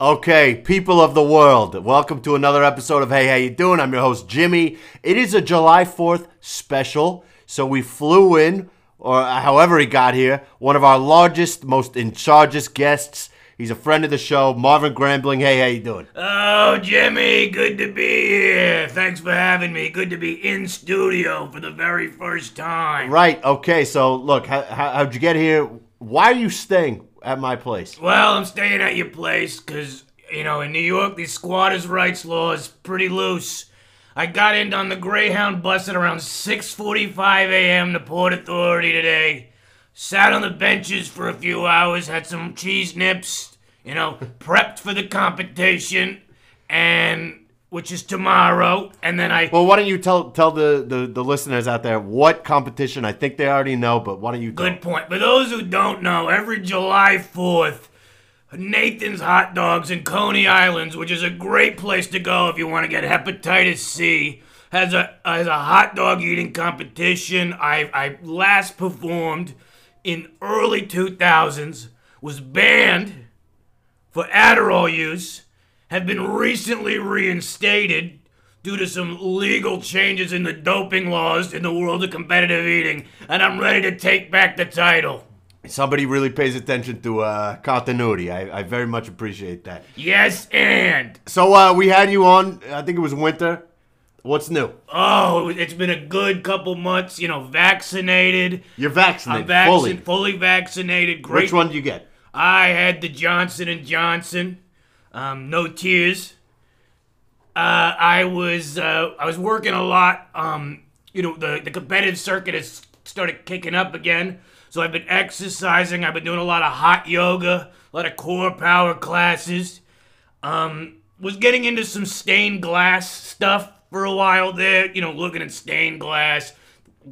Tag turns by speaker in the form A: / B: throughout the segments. A: Okay, people of the world, welcome to another episode of Hey How You Doing? I'm your host Jimmy. It is a July 4th special, so we flew in, or however he got here, one of our largest, most in chargest guests. He's a friend of the show, Marvin Grambling. Hey, how you doing?
B: Oh, Jimmy, good to be here. Thanks for having me. Good to be in studio for the very first time.
A: Right. Okay. So look, how, how, how'd you get here? Why are you staying at my place?
B: Well, I'm staying at your place because, you know, in New York, these squatters' rights laws pretty loose. I got in on the Greyhound bus at around 6.45 a.m. to Port Authority today. Sat on the benches for a few hours, had some cheese nips, you know, prepped for the competition, and which is tomorrow. And then I
A: Well, why don't you tell tell the, the, the listeners out there what competition? I think they already know, but why don't you tell?
B: Good point. For those who don't know, every July 4th, Nathan's Hot Dogs in Coney Islands, which is a great place to go if you want to get hepatitis C, has a has a hot dog eating competition. I I last performed in early 2000s, was banned for Adderall use, have been recently reinstated due to some legal changes in the doping laws in the world of competitive eating, and I'm ready to take back the title.
A: Somebody really pays attention to uh, continuity. I, I very much appreciate that.
B: Yes, and
A: So uh, we had you on. I think it was winter. What's new?
B: oh, it's been a good couple months. You know, vaccinated.
A: You're vaccinated
B: I'm vaccin-
A: fully.
B: fully. vaccinated. Great.
A: Which one did you get?
B: I had the Johnson and Johnson. Um, no tears. Uh, I was uh, I was working a lot. Um, you know, the the competitive circuit has started kicking up again. So I've been exercising. I've been doing a lot of hot yoga, a lot of core power classes. Um, was getting into some stained glass stuff for a while there. You know, looking at stained glass,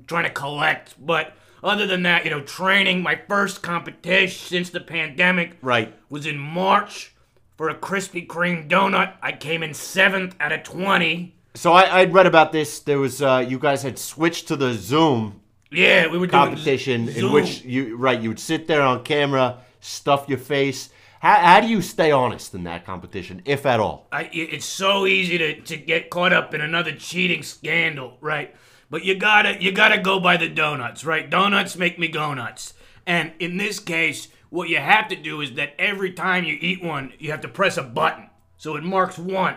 B: trying to collect. But other than that, you know, training. My first competition since the pandemic
A: Right.
B: was in March for a Krispy Kreme donut. I came in seventh out of 20.
A: So I I'd read about this. There was uh, you guys had switched to the Zoom
B: Yeah, we were doing
A: competition
B: z-
A: in
B: Zoom.
A: which you right you would sit there on camera, stuff your face. How how do you stay honest in that competition, if at all?
B: I, i- it's so easy to, to get caught up in another cheating scandal, right? But you gotta you gotta go by the donuts, right? Donuts make me go nuts. And in this case, what you have to do is that every time you eat one, you have to press a button, so it marks one.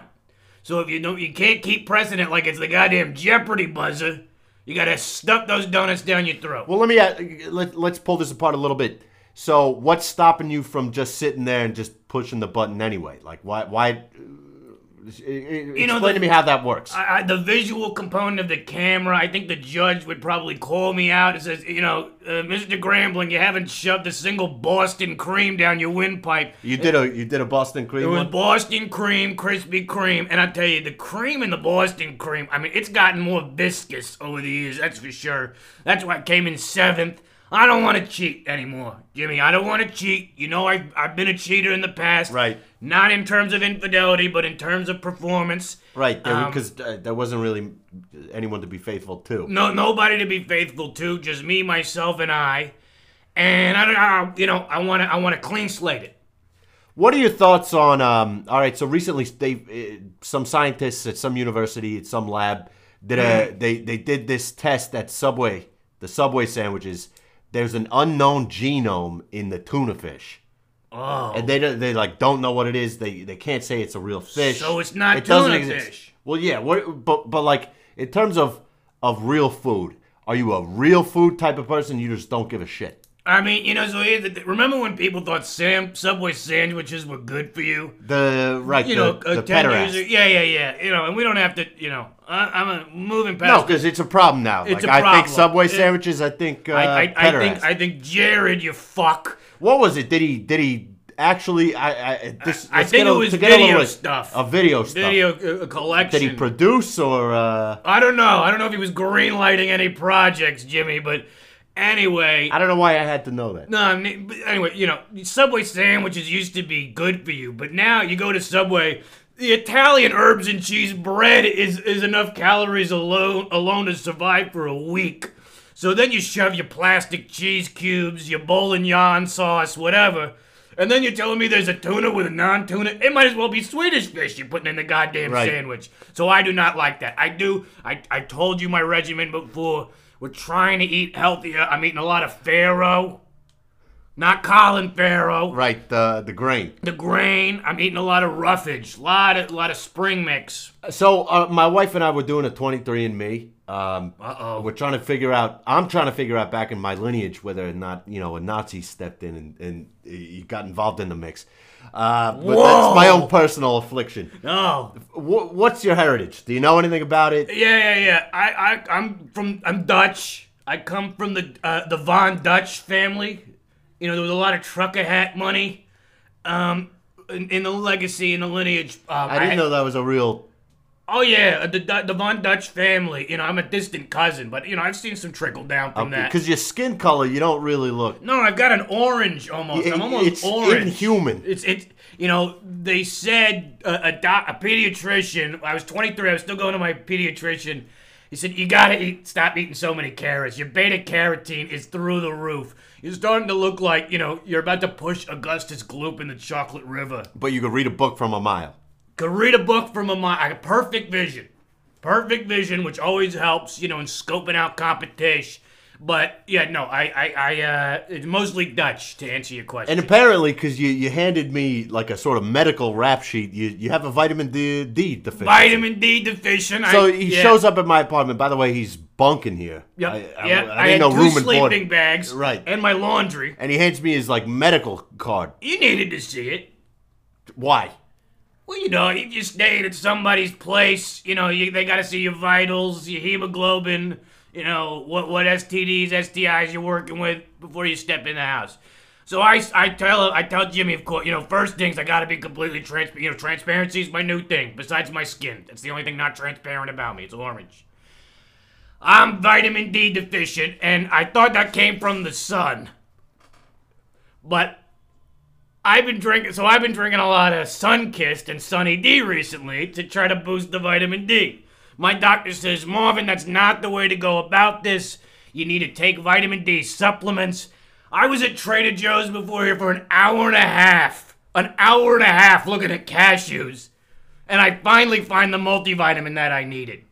B: So if you don't, you can't keep pressing it like it's the goddamn Jeopardy buzzer. You gotta stuff those donuts down your throat.
A: Well, let me uh, let let's pull this apart a little bit. So what's stopping you from just sitting there and just pushing the button anyway? Like why why? uh, explain
B: know,
A: to
B: the-
A: me how that works.
B: I, I, the visual component of the camera, I think the judge would probably call me out and says, you know, uh, Mr. Grambling, you haven't shoved a single Boston cream down your windpipe.
A: you did a you did a Boston
B: It
A: cream
B: was
A: one.
B: Boston cream, Krispy Kreme, and I tell you, the cream in the Boston cream, I mean, it's gotten more viscous over the years, that's for sure. That's why I came in seventh. I don't want to cheat anymore, Jimmy. I don't want to cheat. You know, I've, I've been a cheater in the past.
A: Right.
B: Not in terms of infidelity, but in terms of performance.
A: Right,
B: Um,
A: because uh, there wasn't really anyone to be faithful to.
B: no nobody to be faithful to, just me, myself, and I. And I don't, I, you know, I want to, I want to clean slate it.
A: What are your thoughts on? Um, all right, so recently they uh, some scientists at some university at some lab did a
B: Mm-hmm.
A: they they did this test at Subway the Subway sandwiches. There's an unknown genome in the tuna fish,
B: Oh,
A: and they don't- they like don't know what it is. They they can't say it's a real fish.
B: So it's not tuna fish.
A: Well, yeah. What, but but like in terms of of real food, are you a real food type of person? You just don't give a shit.
B: I mean, you know, so here's the thi- remember when people thought Sam Subway sandwiches were good for you?
A: The right,
B: You
A: the,
B: know, a
A: the
B: ten
A: pederast.
B: user, yeah, yeah, yeah. You know, and we don't have to, you know, I, I'm a, moving
A: No,
B: past.
A: because it's a problem now. like,
B: It's a
A: I think
B: problem.
A: Subway
B: It-
A: sandwiches. I think. Uh,
B: I, I, I
A: pederast.
B: think, I think Jared, you fuck.
A: what was it? Did he? Did he actually? I. I, this,
B: I
A: let's
B: think
A: get a-
B: it was
A: to get a
B: video
A: little-
B: stuff.
A: A video stuff.
B: Video uh, uh, collection.
A: Did he produce or? Uh,
B: I don't know. I don't know if he was greenlighting any projects, Jimmy. But anyway,
A: I don't know why I had to know that.
B: No, I mean, but anyway, you know, Subway sandwiches used to be good for you, but now you go to Subway, the Italian herbs and cheese bread is is enough calories alone alone to survive for a week. So then you shove your plastic cheese cubes, your bolognese sauce, whatever, And then you're telling me there's a tuna with a non-tuna. It might as well be Swedish fish you're putting in the goddamn
A: Right.
B: sandwich. So I do not like that. I do. I I told you my regimen before. We're trying to eat healthier. I'm eating a lot of farro, not Colin Farrow.
A: Right, the the grain.
B: The grain. I'm eating a lot of roughage. Lot of lot of spring mix.
A: So uh, my wife and I were doing a 23andMe. Um,
B: Uh-oh.
A: We're trying to figure out. I'm trying to figure out back in my lineage whether or not you know a Nazi stepped in and, and he got involved in the mix. Uh, but that's my
B: Whoa.
A: own personal affliction.
B: No.
A: Wh- what's your heritage? Do you know anything about it?
B: Yeah, yeah, yeah. I, I, I'm from, I'm Dutch. I come from the uh, the Von Dutch family. You know, there was a lot of trucker hat money. Um, in, in the legacy, in the lineage. Um,
A: I didn't know that was a real.
B: Oh yeah, the Du- the Von Dutch family. You know, I'm a distant cousin, but you know, I've seen some trickle down from that.
A: Because your skin color, you don't really look.
B: No, I've got an orange almost.
A: It-
B: I'm almost
A: it's
B: orange.
A: inhuman.
B: It's it's you know they said uh, a doc, a pediatrician. I was 23. I was still going to my pediatrician. He said you gotta eat, stop eating so many carrots. Your beta carotene is through the roof. You're starting to look like you know you're about to push Augustus Gloop in the chocolate river.
A: But you could read a book from a mile.
B: Could read a book from a mi- a perfect vision, perfect vision, which always helps, you know, in scoping out competition. But yeah, no, I, I, I, uh, it's mostly Dutch to answer your question.
A: And apparently, because you, you handed me like a sort of medical rap sheet, you, you have a vitamin D, D deficiency.
B: Vitamin D deficient.
A: So
B: I,
A: he
B: yeah.
A: shows up at my apartment. By the way, he's bunking here.
B: Yep,
A: I, I,
B: yep.
A: I
B: I,
A: didn't
B: had
A: know
B: two
A: room and
B: sleeping
A: board.
B: bags,
A: Right.
B: and my laundry.
A: And he hands me his like medical card.
B: You needed to see it.
A: Why?
B: Well, you know, if you stayed at somebody's place, you know, you, they got to see your vitals, your hemoglobin, you know, what what STDs, STIs you're working with before you step in the house. So I, s- I tell I tell Jimmy, of course, you know, first things I got to be completely transparent. You know, transparency is my new thing. Besides my skin, that's the only thing not transparent about me. It's orange. I'm vitamin D deficient, and I thought that came from the sun. But I've been drinking, so I've been drinking a lot of Sunkist and Sunny D recently to try to boost the vitamin D. My doctor says, Marvin, that's not the way to go about this. You need to take vitamin D supplements. I was at Trader Joe's before here for an hour and a half, an hour and a half looking at cashews, and I finally find the multivitamin that I needed.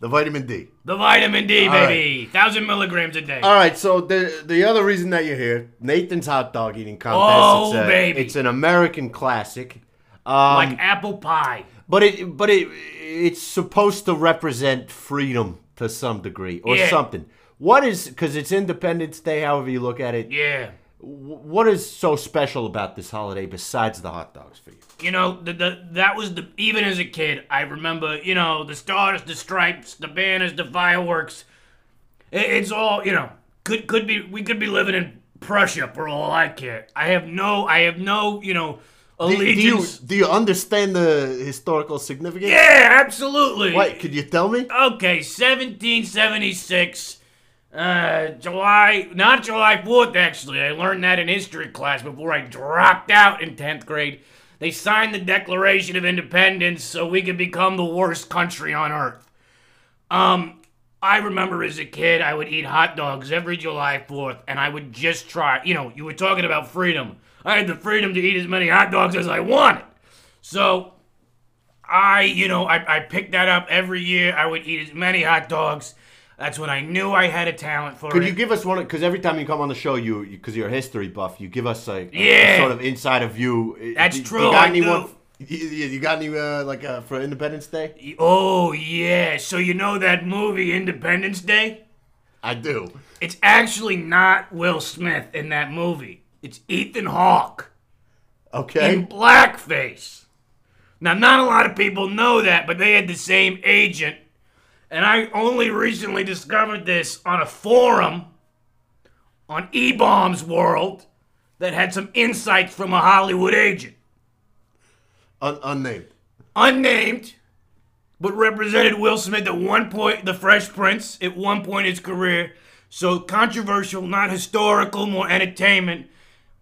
A: The vitamin D.
B: The vitamin D,
A: right. Um,
B: baby, thousand milligrams a day.
A: All right. So the the other reason that you're here, Nathan's hot dog eating contest.
B: Oh,
A: it's a,
B: baby.
A: It's an American classic. Um,
B: Like apple pie.
A: but it but it it's supposed to represent freedom to some degree or
B: Yeah.
A: something. What is because it's Independence Day, however you look at it.
B: Yeah.
A: Wh- What is so special about this holiday besides the hot dogs for you?
B: you know, the, the, that was the even as a kid, I remember, you know, the stars, the stripes, the banners, the fireworks. It, it's all, you know, could could be we could be living in Prussia for all I care. I have no, I have no, you know,
A: Do, do you
B: allegiance.
A: do you understand the historical significance?
B: yeah, absolutely.
A: Wait, could you tell me?
B: Okay, 1776, uh, July, not July 4th, actually. I learned that in history class before I dropped out in 10th grade. They signed the Declaration of Independence so we could become the worst country on earth. Um, I remember as a kid, I would eat hot dogs every July 4th, and I would just try. You know, you were talking about freedom. I had the freedom to eat as many hot dogs as I wanted. So I, you know, I, I picked that up every year. I would eat as many hot dogs. That's when I knew I had a talent for
A: Could
B: it.
A: you give us one? Because every time you come on the show, you because you're a history buff, you give us a, a
B: Yeah.
A: sort of inside of you.
B: That's
A: do,
B: true,
A: You got
B: I
A: anyone?
B: do.
A: You, you you got any uh, like uh, for Independence Day?
B: oh, yeah. So, you know that movie, Independence Day?
A: I do.
B: It's actually not Will Smith in that movie, it's Ethan Hawke.
A: Okay.
B: in blackface. Now, not a lot of people know that, but they had the same agent. And I only recently discovered this on a forum on E Bombs World that had some insights from a Hollywood agent.
A: Un- unnamed.
B: Unnamed, but represented Will Smith at one point, the Fresh Prince, at one point in his career. So controversial, not historical, more entertainment.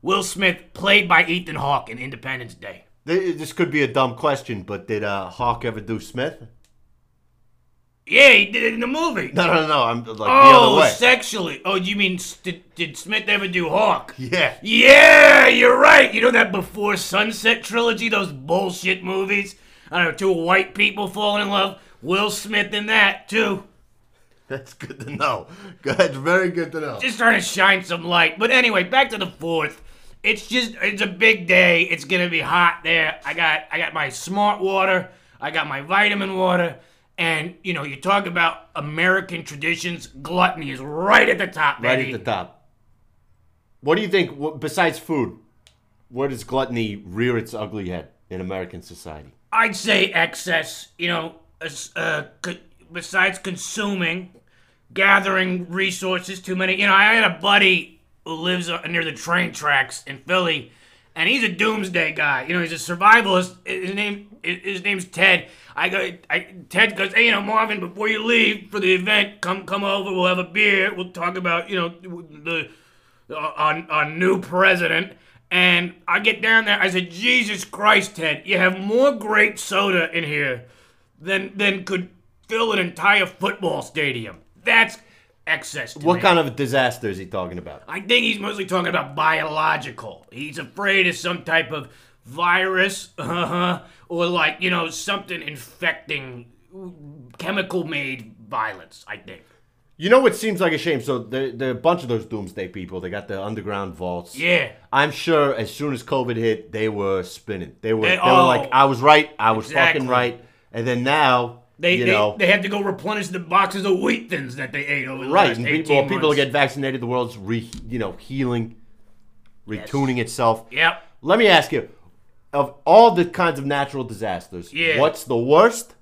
B: Will Smith, played by Ethan Hawke in Independence Day.
A: Th- This could be a dumb question, but did uh, Hawk ever do Smith?
B: Yeah, he did it in the movie.
A: No, no, no. I'm like the other
B: oh,
A: way.
B: sexually. Oh, you mean s- did, did Smith ever do Hawk?
A: yeah.
B: Yeah, you're right. You know that Before Sunset trilogy, those bullshit movies? I don't know, two white people falling in love. Will Smith in that, too.
A: That's good to know. That's very good to know.
B: Just trying to shine some light. But anyway, back to the fourth. It's just it's a big day. It's gonna be hot there. I got I got my smart water, I got my vitamin water, and you know, you talk about American traditions, gluttony is right at the top,
A: right
B: baby.
A: at the top. What do you think, wh- besides food, where does gluttony rear its ugly head in American society?
B: I'd say excess, you know, as- uh, co- besides consuming, gathering resources, too many. You know, I had a buddy who lives uh, near the train tracks in Philly, and he's a doomsday guy. You know, he's a survivalist. His name, his name's Ted. I go, I, Ted goes, hey, you know, Marvin, before you leave for the event, come, come over. We'll have a beer. We'll talk about, you know, the our, our new president. And I get down there. I said, Jesus Christ, Ted, you have more grape soda in here than than could fill an entire football stadium. That's excess. To
A: What
B: me.
A: kind of a disaster is he talking about?
B: I think he's mostly talking about biological. He's afraid of some type of virus, uh-huh, or like you know something infecting chemical made violence. I think.
A: You know what seems like a shame? So there, there are a bunch of those doomsday people. They got the underground vaults.
B: Yeah.
A: I'm sure as soon as COVID hit, they were spinning. They were,
B: They-
A: they,
B: oh.
A: were like, I was right. I was
B: Exactly.
A: fucking right. And then now,
B: They,
A: you
B: they,
A: know,
B: they had to go replenish the boxes of wheat thins that they ate over the
A: right.
B: last
A: And
B: 18
A: people, well, people
B: months.
A: get vaccinated. The world's re, you know, healing, retuning itself.
B: Yep.
A: Let me ask you: of all the kinds of natural disasters,
B: Yeah.
A: what's the worst,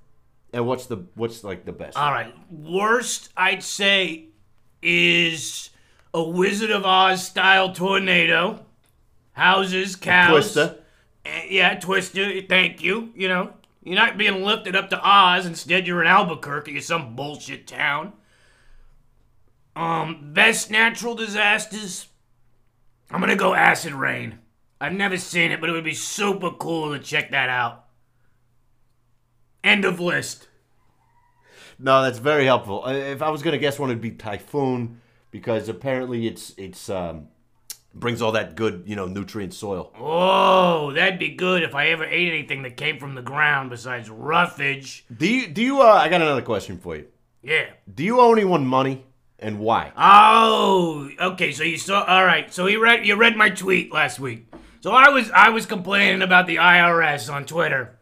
A: and what's the what's like the best?
B: All right. Worst, I'd say, is a Wizard of Oz style tornado. Houses, cows.
A: Twister.
B: Eh, yeah, Twister. Thank you. You know, you're not being lifted up to Oz. Instead, you're in Albuquerque or some bullshit town. Um, best natural disasters. I'm gonna go acid rain. I've never seen it, but it would be super cool to check that out. End of list.
A: No, that's very helpful. Uh, If I was gonna guess one, it'd be typhoon because apparently it's it's um, brings all that good you know nutrient soil.
B: Oh, that'd be good if I ever ate anything that came from the ground besides roughage.
A: Do you do you? Uh, I got another question for you.
B: Yeah.
A: Do you owe anyone money, and why?
B: Oh, okay. So you saw. All right. So he read. You read my tweet last week. So I was I was complaining about the IRS on Twitter,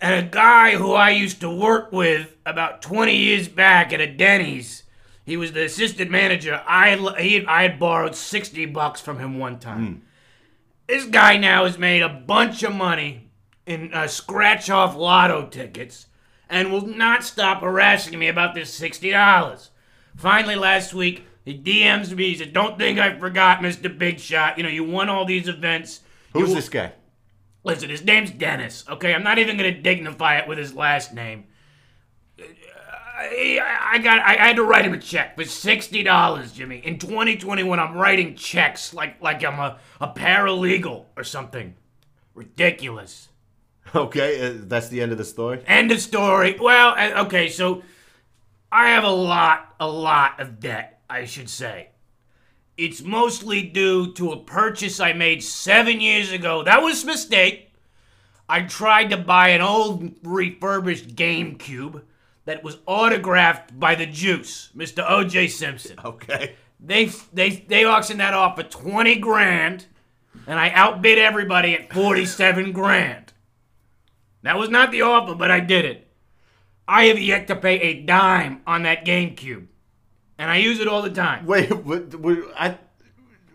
B: and a guy who I used to work with about 20 years back at a Denny's. He was the assistant manager. I had, l- he, I had borrowed 60 bucks from him one time. This guy now has made a bunch of money in uh, scratch off lotto tickets and will not stop harassing me about this $60. Finally, last week, he DMs me. He said, Don't think I forgot, Mr. Big Shot. You know, you won all these events. You
A: Who's
B: w-
A: this guy?
B: Listen, his name's Dennis, okay? I'm not even going to dignify it with his last name. I, I got. I, I had to write him a check for sixty dollars, Jimmy. In 2021, I'm writing checks like like I'm a, a paralegal or something. Ridiculous.
A: Okay, uh, that's the end of the story.
B: End of story. Well, uh, okay, so I have a lot, a lot of debt, I should say. It's mostly due to a purchase I made seven years ago. That was a mistake. I tried to buy an old refurbished GameCube that was autographed by the Juice, Mr. O.J. Simpson.
A: Okay.
B: They they they auctioned that off for twenty grand, and I outbid everybody at forty-seven grand. That was not the offer, but I did it. I have yet to pay a dime on that GameCube, and I use it all the time.
A: Wait, were, were, I,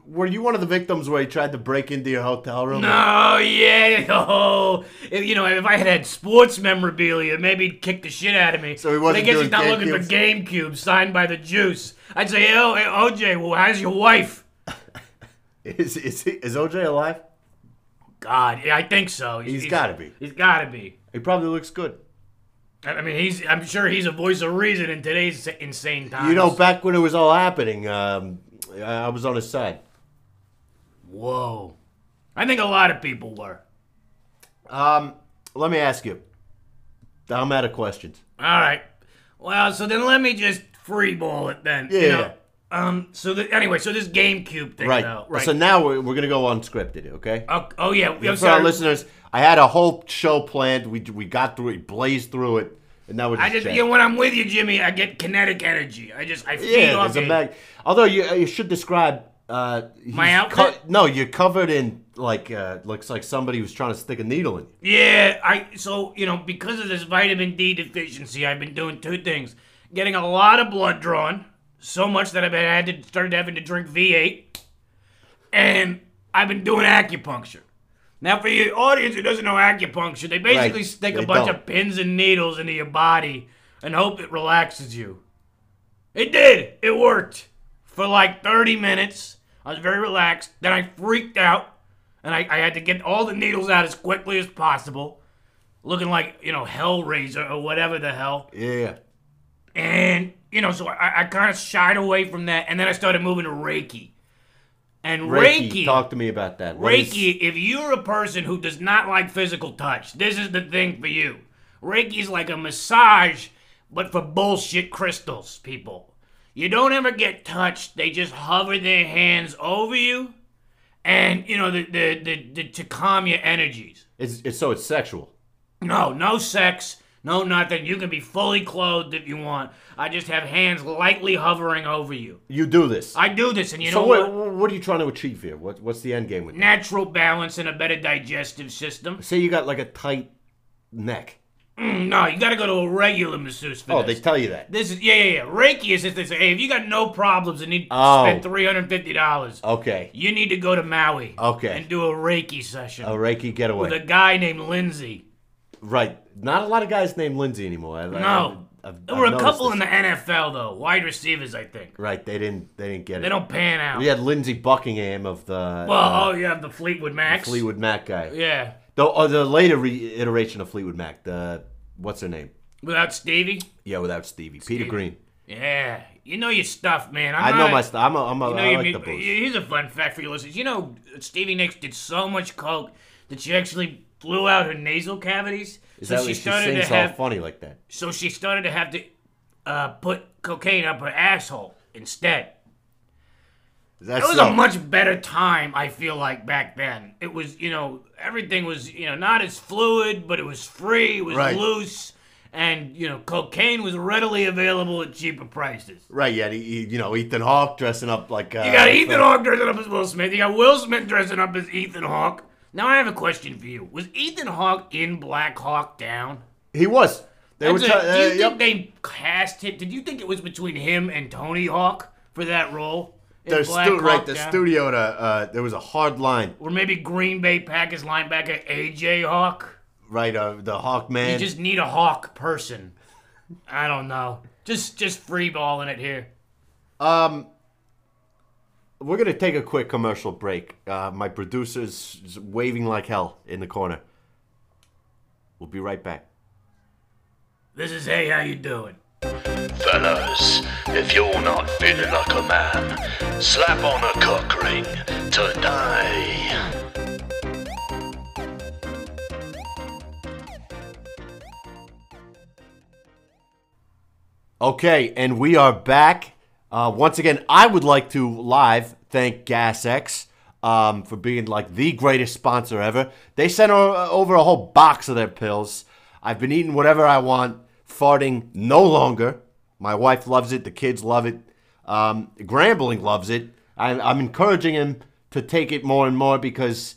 A: were you one of the victims where he tried to break into your hotel room?
B: Oh yeah, oh, if, you know, if I had had sports memorabilia, maybe he'd kick the shit out of me.
A: So he
B: But I
A: wasn't
B: guess
A: doing
B: he's not looking for GameCube signed by the Juice. I'd say, oh, hey, OJ, well, how's your wife?
A: Is is, he, is OJ alive?
B: God, yeah, I think so.
A: He's gotta be.
B: He's gotta be.
A: He probably looks good.
B: I I mean, he's. I'm sure he's a voice of reason in today's insane times.
A: You know, back when it was all happening, um, I I was on his side.
B: Whoa. I think a lot of people were.
A: Um, let me ask you. I'm out of questions.
B: All right. Well, so then let me just freeball it then. you
A: Yeah,
B: know? Um. So the, anyway, so this GameCube thing,
A: Right.
B: though. Right.
A: So now we're, we're gonna go unscripted, okay?
B: oh, oh yeah. I'm
A: For our
B: sorry.
A: listeners, I had a whole show planned. We we got through it, blazed through it, and now we're just.
B: I just
A: chatting.
B: you know when I'm with you, Jimmy, I get kinetic energy. I just I feed
A: yeah,
B: off
A: there's a
B: it.
A: mag. Although you you should describe. Uh,
B: My
A: he's
B: outfit?
A: no, you're covered in like uh, looks like somebody was trying to stick a needle in you.
B: Yeah, I so you know because of this vitamin D deficiency, I've been doing two things: getting a lot of blood drawn, so much that I've been had to started having to drink V8, and I've been doing acupuncture. Now, for your audience who doesn't know acupuncture, they basically
A: Right,
B: stick
A: they
B: a bunch
A: don't.
B: of pins and needles into your body and hope it relaxes you. It did. It worked for like 30 minutes. I was very relaxed. Then I freaked out, and I, I had to get all the needles out as quickly as possible, looking like you know Hellraiser or whatever the hell.
A: Yeah.
B: And you know, so I, I kind of shied away from that, and then I started moving to Reiki. And
A: Reiki,
B: Reiki,
A: Talk to me about that. What is-
B: Reiki, if you're a person who does not like physical touch, this is the thing for you. Reiki's like a massage, but for bullshit crystals, people. You don't ever get touched, they just hover their hands over you, and, you know, the, the, the, the, to calm your energies.
A: It's, it's so it's sexual.
B: No, no sex, no nothing. You can be fully clothed if you want. I just have hands lightly hovering over you.
A: You do this.
B: I do this, and you
A: so
B: know
A: what,
B: what?
A: what are you trying to achieve here? What what's the end game with that?
B: Natural balance and a better digestive system.
A: Say you got like a tight neck.
B: Mm, No, you gotta go to a regular masseuse for
A: Oh,
B: this.
A: they tell you that.
B: this is yeah, yeah, yeah. Reiki is if they say, hey, if you got no problems and need to
A: Oh.
B: spend three hundred fifty dollars,
A: Okay.
B: you need to go to Maui.
A: Okay.
B: And do a Reiki session
A: A Reiki getaway.
B: with a guy named Lindsay.
A: Right. Not a lot of guys named Lindsay anymore. I,
B: No.
A: I, I've,
B: There
A: I've
B: were a
A: noticed
B: couple
A: this.
B: in the NFL though, wide receivers, I think.
A: Right. They didn't. They didn't get
B: They
A: it.
B: don't pan out.
A: We had Lindsey Buckingham of the
B: Well,
A: uh,
B: oh, you have the Fleetwood Max.
A: Fleetwood Mac guy.
B: Yeah.
A: The or the later reiteration of Fleetwood Mac. The what's her name?
B: Without Stevie.
A: Yeah, without Stevie. Peter Green.
B: Yeah. You know your stuff, man.
A: I
B: I'm
A: know
B: not-
A: my stuff. I'm a, I'm a,
B: You know,
A: I
B: you
A: like
B: mean-
A: the blues.
B: Here's a fun fact for your listeners. You know, Stevie Nicks did so much coke that she actually blew out her nasal cavities.
A: Is
B: so
A: that
B: she
A: what she
B: started
A: sings
B: to
A: all
B: have.
A: funny like that?
B: So she started to have to uh, put cocaine up her asshole instead.
A: Is that
B: It was
A: so?
B: a much better time. I feel like back then, it was you know everything was you know not as fluid, but it was free, it was
A: Right.
B: loose, and you know cocaine was readily available at cheaper prices.
A: Right, yeah, he, he- you know Ethan Hawke dressing up like uh,
B: You got Ethan Hawke dressing up as Will Smith. You got Will Smith dressing up as Ethan Hawke. Now I have a question for you. Was Ethan Hawke in Black Hawk Down?
A: He was. They were.
B: That's a-
A: try-
B: do you
A: uh,
B: think
A: yep.
B: they cast him? Did you think it was between him and Tony Hawk for that role? in
A: The
B: Black
A: stu- right,
B: Hawk
A: the
B: Down?
A: studio. To, uh, there was a hard line.
B: Or maybe Green Bay Packers linebacker AJ Hawk.
A: Right, uh, the Hawk
B: You
A: man.
B: just need a Hawk person. I don't know. Just just freeballing it here.
A: We're gonna take a quick commercial break. Uh, my producer's s- waving like hell in the corner. We'll be right back.
B: This is hey, how you doing?
C: Fellas, if you're not feeling like a man, slap on a cock ring today.
A: Okay, and we are back. Uh, once again, I would like to live thank GasX um, for being like the greatest sponsor ever. They sent o- uh, over a whole box of their pills. I've been eating whatever I want, farting no longer. My wife loves it, the kids love it, um, Grambling loves it. I, I'm encouraging him to take it more and more because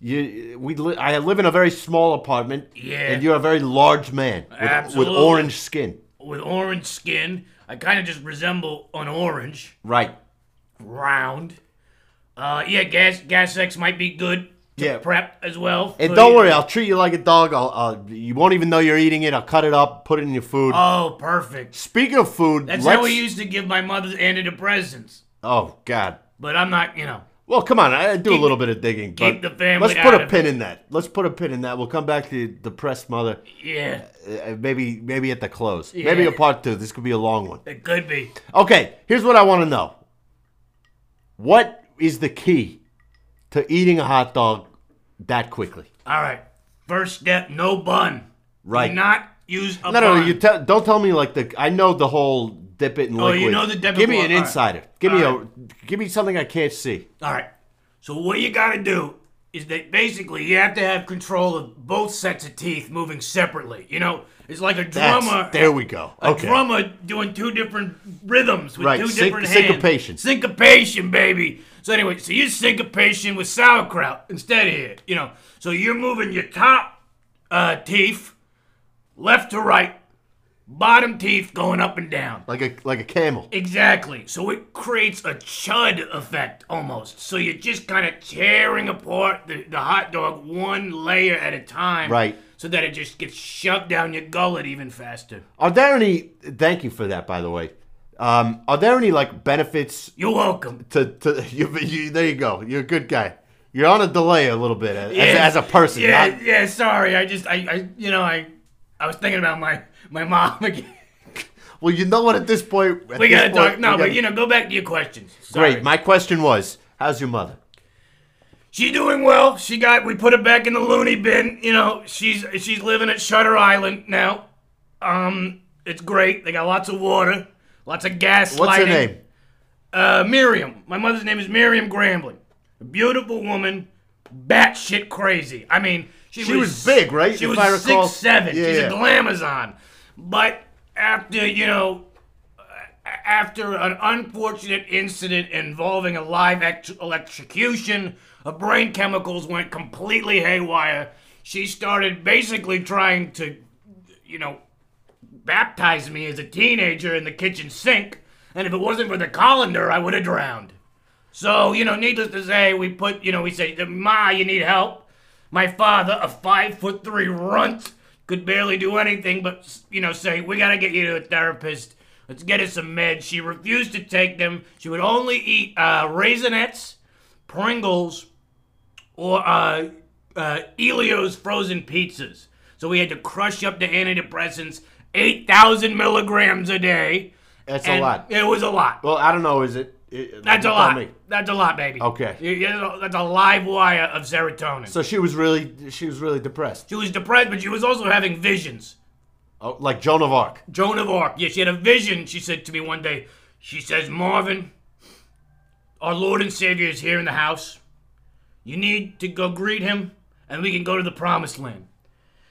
A: you, we li- I live in a very small apartment,
B: Yeah.
A: and you're a very large man with, with
B: Absolutely.
A: orange skin.
B: With orange skin, I kind of just resemble an orange.
A: Right.
B: round. Uh, yeah, gas gas X might be good. To
A: Yeah.
B: prep as well.
A: And
B: for
A: don't
B: you.
A: worry, uh, I'll treat you like a dog. I'll, I'll, you won't even know you're eating it. I'll cut it up, put it in your food.
B: Oh, perfect.
A: Speaking of food,
B: That's
A: let's-
B: how we used to give my mother antidepressants.
A: Oh God.
B: But I'm not, you know.
A: Well, come on. I I do a little bit of digging.
B: keep
A: but
B: the family
A: Let's put
B: out
A: a
B: of
A: pin in that. Let's put a pin in that. We'll come back to depressed mother.
B: Yeah,
A: Uh, maybe, maybe at the close.
B: Yeah.
A: Maybe a part two. This could be a long one.
B: it could be.
A: Okay. Here's what I want to know. What is the key to eating a hot dog that quickly?
B: All right. First step, no bun.
A: Right.
B: Do not use a
A: No, no,
B: bond.
A: you tell don't tell me like the. I know the whole dip it in
B: Oh,
A: liquid.
B: you know the dip it
A: Give me
B: one.
A: an
B: All right.
A: insider. Give me a. Give me something I can't see.
B: All right. So what you gotta do is that basically you have to have control of both sets of teeth moving separately. You know, it's like a
A: That's,
B: drummer.
A: there we go.
B: A
A: okay.
B: drummer doing two different rhythms with
A: Right,
B: two
A: syn-
B: different hands.
A: syncopation.
B: Syncopation, baby. So anyway, so you syncopation with sauerkraut instead of here. You know, so you're moving your top uh, teeth left to right, bottom teeth going up and down.
A: Like a like a camel.
B: Exactly. So it creates a chud effect almost. So you're just kind of tearing apart the, the hot dog one layer at a time.
A: Right.
B: So that it just gets shoved down your gullet even faster.
A: Are there any? Thank you for that, by the way. Um, are there any like benefits
B: You're welcome.
A: to to you, you? There you go. You're a good guy. You're on a delay a little bit as, as, a person.
B: Yeah,
A: not-
B: yeah, sorry. I just I, I you know, I I was thinking about my my mom again.
A: well, you know what? At this point, at
B: We
A: this
B: gotta
A: point,
B: talk no,
A: we
B: but
A: gotta-
B: you know, go back to your questions. Sorry.
A: great. My question was, how's your mother?
B: She doing well. She got we put her back in the loony bin. You know, she's she's living at Shutter Island now. Um, it's great. They got lots of water, lots of gas
A: What's
B: lighting.
A: her name?
B: Uh, Miriam. My mother's name is Miriam Grambling. A beautiful woman, batshit crazy. I mean, she,
A: She was big, right?
B: She
A: If
B: was
A: I recall-
B: six seven.
A: Yeah,
B: She's
A: yeah.
B: a glamazon. But after you know, after an unfortunate incident involving a live ex- electrocution, her brain chemicals went completely haywire. She started basically trying to, you know, baptize me as a teenager in the kitchen sink. And if it wasn't for the colander, I would have drowned. So, you know, needless to say, we put, you know, we say, Ma, you need help. My father, a five foot three runt, could barely do anything but, you know, say, we gotta get you to a therapist. Let's get her some meds. She refused to take them. She would only eat uh, Raisinets, Pringles, or uh, uh, Elio's frozen pizzas. So we had to crush up the antidepressants, 8,000 milligrams a day.
A: That's a
B: And
A: lot.
B: It was a lot.
A: Well, I don't know. Is it? it
B: That's a
A: tell
B: lot.
A: me.
B: That's a lot, baby.
A: Okay.
B: You- you- That's a live wire of serotonin.
A: So she was really she was really depressed.
B: she was depressed, but she was also having visions.
A: Oh, like Joan of Arc.
B: Joan of Arc. Yeah, she had a vision, she said to me one day. She says, Marvin, our Lord and Savior is here in the house. You need to go greet him, and we can go to the promised land.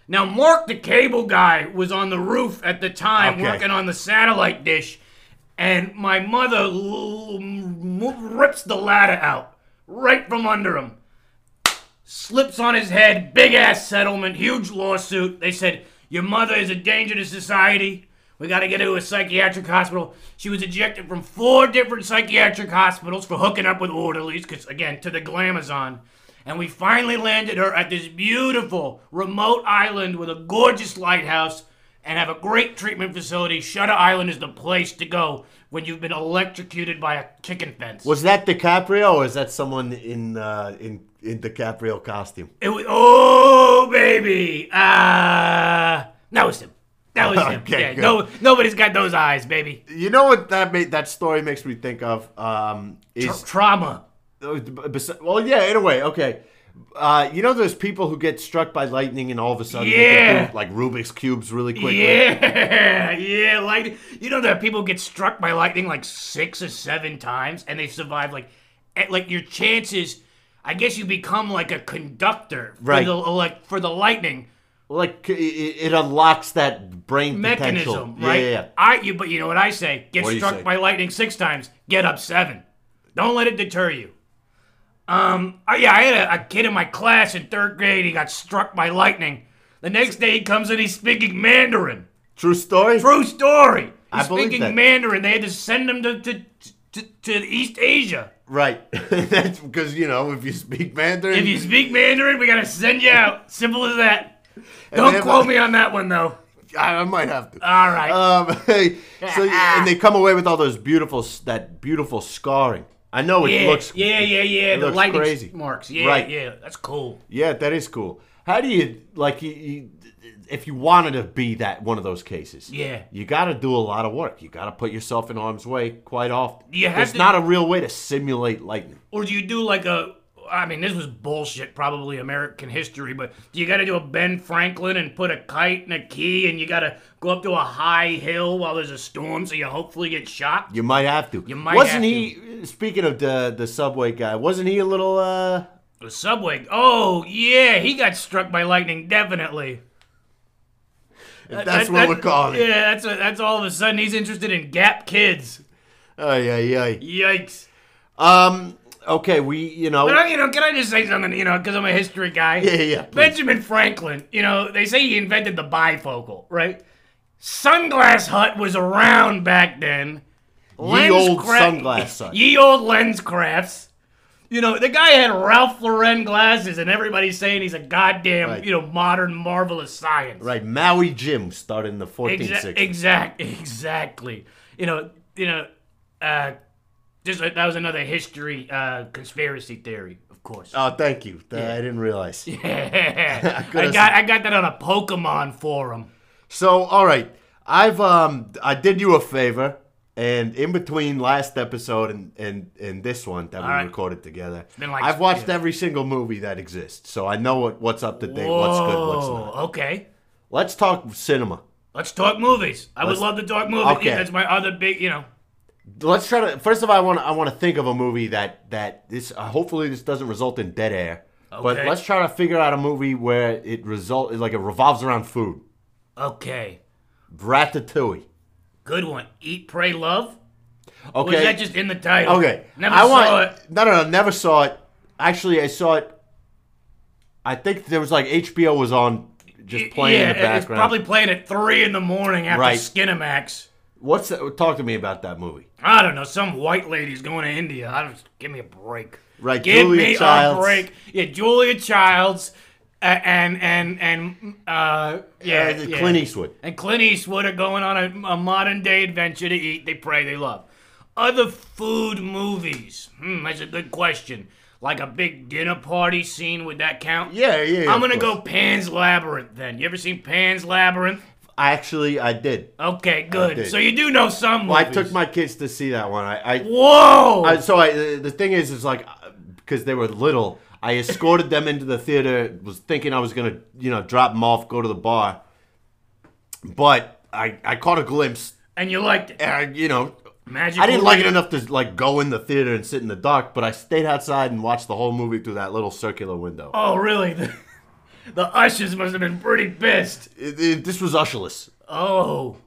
B: Now, Mark the cable guy was on the roof at the time
A: Okay.
B: working on the satellite dish, and my mother l- m- rips the ladder out right from under him. Slips on his head, big ass settlement, huge lawsuit. They said, Your mother is a danger to society. We gotta get her to a psychiatric hospital. She was ejected from four different psychiatric hospitals for hooking up with orderlies, because, again, to the glamazon. And we finally landed her at this beautiful remote island with a gorgeous lighthouse and have a great treatment facility. Shutter Island is the place to go when you've been electrocuted by a chicken fence.
A: Was that DiCaprio or is that someone in uh, in in DiCaprio costume?
B: It was oh baby. Uh that was him. That was him.
A: Okay,
B: yeah,
A: good.
B: no nobody's got those eyes, baby.
A: You know what that made that story makes me think of um,
B: Tra-
A: is
B: trauma.
A: uh, b- bes- well yeah in a way okay. Uh, you know those people who get struck by lightning and all of a sudden they can
B: Yeah.
A: do, like Rubik's cubes really quickly.
B: Yeah, yeah, lightning. You know that people get struck by lightning like six or seven times, and they survive. Like, at, like your chances. I guess you become like a conductor for
A: Right.
B: the like for the lightning
A: Like it, it unlocks that brain potential.
B: mechanism,
A: Yeah,
B: right?
A: Yeah, yeah.
B: I you, but you know what I say? Get
A: What do you
B: struck
A: say?
B: by lightning six times, get up seven. Don't let it deter you. Um, oh yeah, I had a, a kid in my class in third grade. He got struck by lightning. The next day, he comes in. He's speaking Mandarin.
A: True story.
B: True story. He's
A: I believe
B: speaking
A: that.
B: Mandarin. They had to send him to to, to, to East Asia.
A: Right. That's because you know if you speak Mandarin,
B: If you speak Mandarin, we gotta send you out. Simple as that.
A: they
B: Don't
A: have
B: quote
A: a-
B: me on that one though.
A: I, I might have to.
B: All right.
A: Um, hey, so and they come away with all those beautiful that beautiful scarring. I know it
B: yeah,
A: looks
B: yeah, yeah, yeah. the
A: looks
B: lightning
A: crazy.
B: marks. Yeah,
A: Right.
B: yeah. That's cool.
A: yeah, that is cool. How do you like you, you, if you wanted to be that one of those cases?
B: Yeah.
A: you got to do a lot of work. You got to put yourself in harm's way quite often.
B: You have
A: There's
B: to-
A: not a real way to simulate lightning.
B: Or do you do like a I mean, this was bullshit, probably American history, but you got to do a Ben Franklin and put a kite and a key, and you got to go up to a high hill while there's a storm, so you hopefully get shot.
A: You might have to. You
B: might have
A: Wasn't he? Speaking of the the subway guy, wasn't he a little? uh
B: The subway. Oh yeah, he got struck by lightning, definitely.
A: If that's what we're calling it.
B: Uh, Yeah, that's that's all of a sudden he's interested in Gap kids.
A: Oh yeah, yeah.
B: Yikes.
A: Um. Okay, we you know.
B: But, I- you know, can I just say something? You know, because I'm a history guy.
A: Yeah, yeah, yeah, please.
B: Benjamin Franklin. You know, they say he invented the bifocal, right? Sunglass Hut was around back then. Lens
A: old
B: cra-
A: Sunglass Hut.
B: Ye old lens crafts. You know, the guy had Ralph Lauren glasses, and everybody's saying he's a goddamn,
A: Right.
B: you know, modern marvel of science.
A: Right, Maui Jim started in the 1460s.
B: Exactly. Exact. Exactly. You know. You know. Uh, just that was another history uh, conspiracy theory, of course.
A: Oh, thank you. Th- I didn't realize.
B: I
A: could've
B: got I got that on a Pokemon forum.
A: So, all right, I've um, I did you a favor, and in between last episode and and, and this one that we
B: right.
A: recorded together,
B: been like-
A: I've watched every single movie that exists, so I know what, what's up to date,
B: Whoa,
A: what's good, what's not.
B: okay.
A: Let's talk cinema.
B: Let's talk movies. I
A: Let's-
B: would love to talk movies.
A: Okay.
B: That's my other big, you know.
A: Let's try to. First of all, I want I want to think of a movie that that this. Uh, hopefully, this doesn't result in dead air. But
B: Okay.
A: let's try to figure out a movie where it result like it revolves around food.
B: Okay.
A: Ratatouille.
B: Good one. Eat, pray, love. Or
A: Okay.
B: Was that just in the title?
A: Okay.
B: Never
A: I
B: saw
A: want,
B: it.
A: No, no, no. Never saw it. Actually, I saw it. I think there was like HBO was on just playing
B: yeah,
A: in the background.
B: it's probably playing at three in the morning after
A: Right.
B: Skinamax.
A: What's that? Talk to me about that movie.
B: I don't know. Some white lady's going to India. I don't give me a break.
A: Right,
B: give
A: Julia
B: me
A: Childs. uh,
B: a break. Yeah, Julia Childs, uh, and and and uh, yeah,
A: Uh,
B: yeah.
A: Clint Eastwood.
B: and Clint Eastwood are going on a, a modern day adventure to eat, they pray, they love. Other food movies. Hmm, that's a good question. Like a big dinner party scene, would that count?
A: Yeah, yeah. yeah,
B: I'm
A: of
B: gonna
A: course.
B: go Pan's Labyrinth then. You ever seen Pan's Labyrinth?
A: I actually, I did.
B: Okay,
A: did.
B: good. So you do know some movies.
A: Well, I took my kids to see that one. I, I
B: Whoa!
A: I, so I, the the thing is, is like because they were little, I escorted them into the theater. Was thinking I was gonna, you know, drop them off, go to the bar, but I, I caught a glimpse,
B: and you liked it.
A: and I, you know,
B: Magic.
A: I didn't like it enough to like go in the theater and sit in the dark, but I stayed outside and watched the whole movie through that little circular window.
B: Oh, really? The, the ushers must have been pretty pissed.
A: It- it- this was usherless.
B: Oh.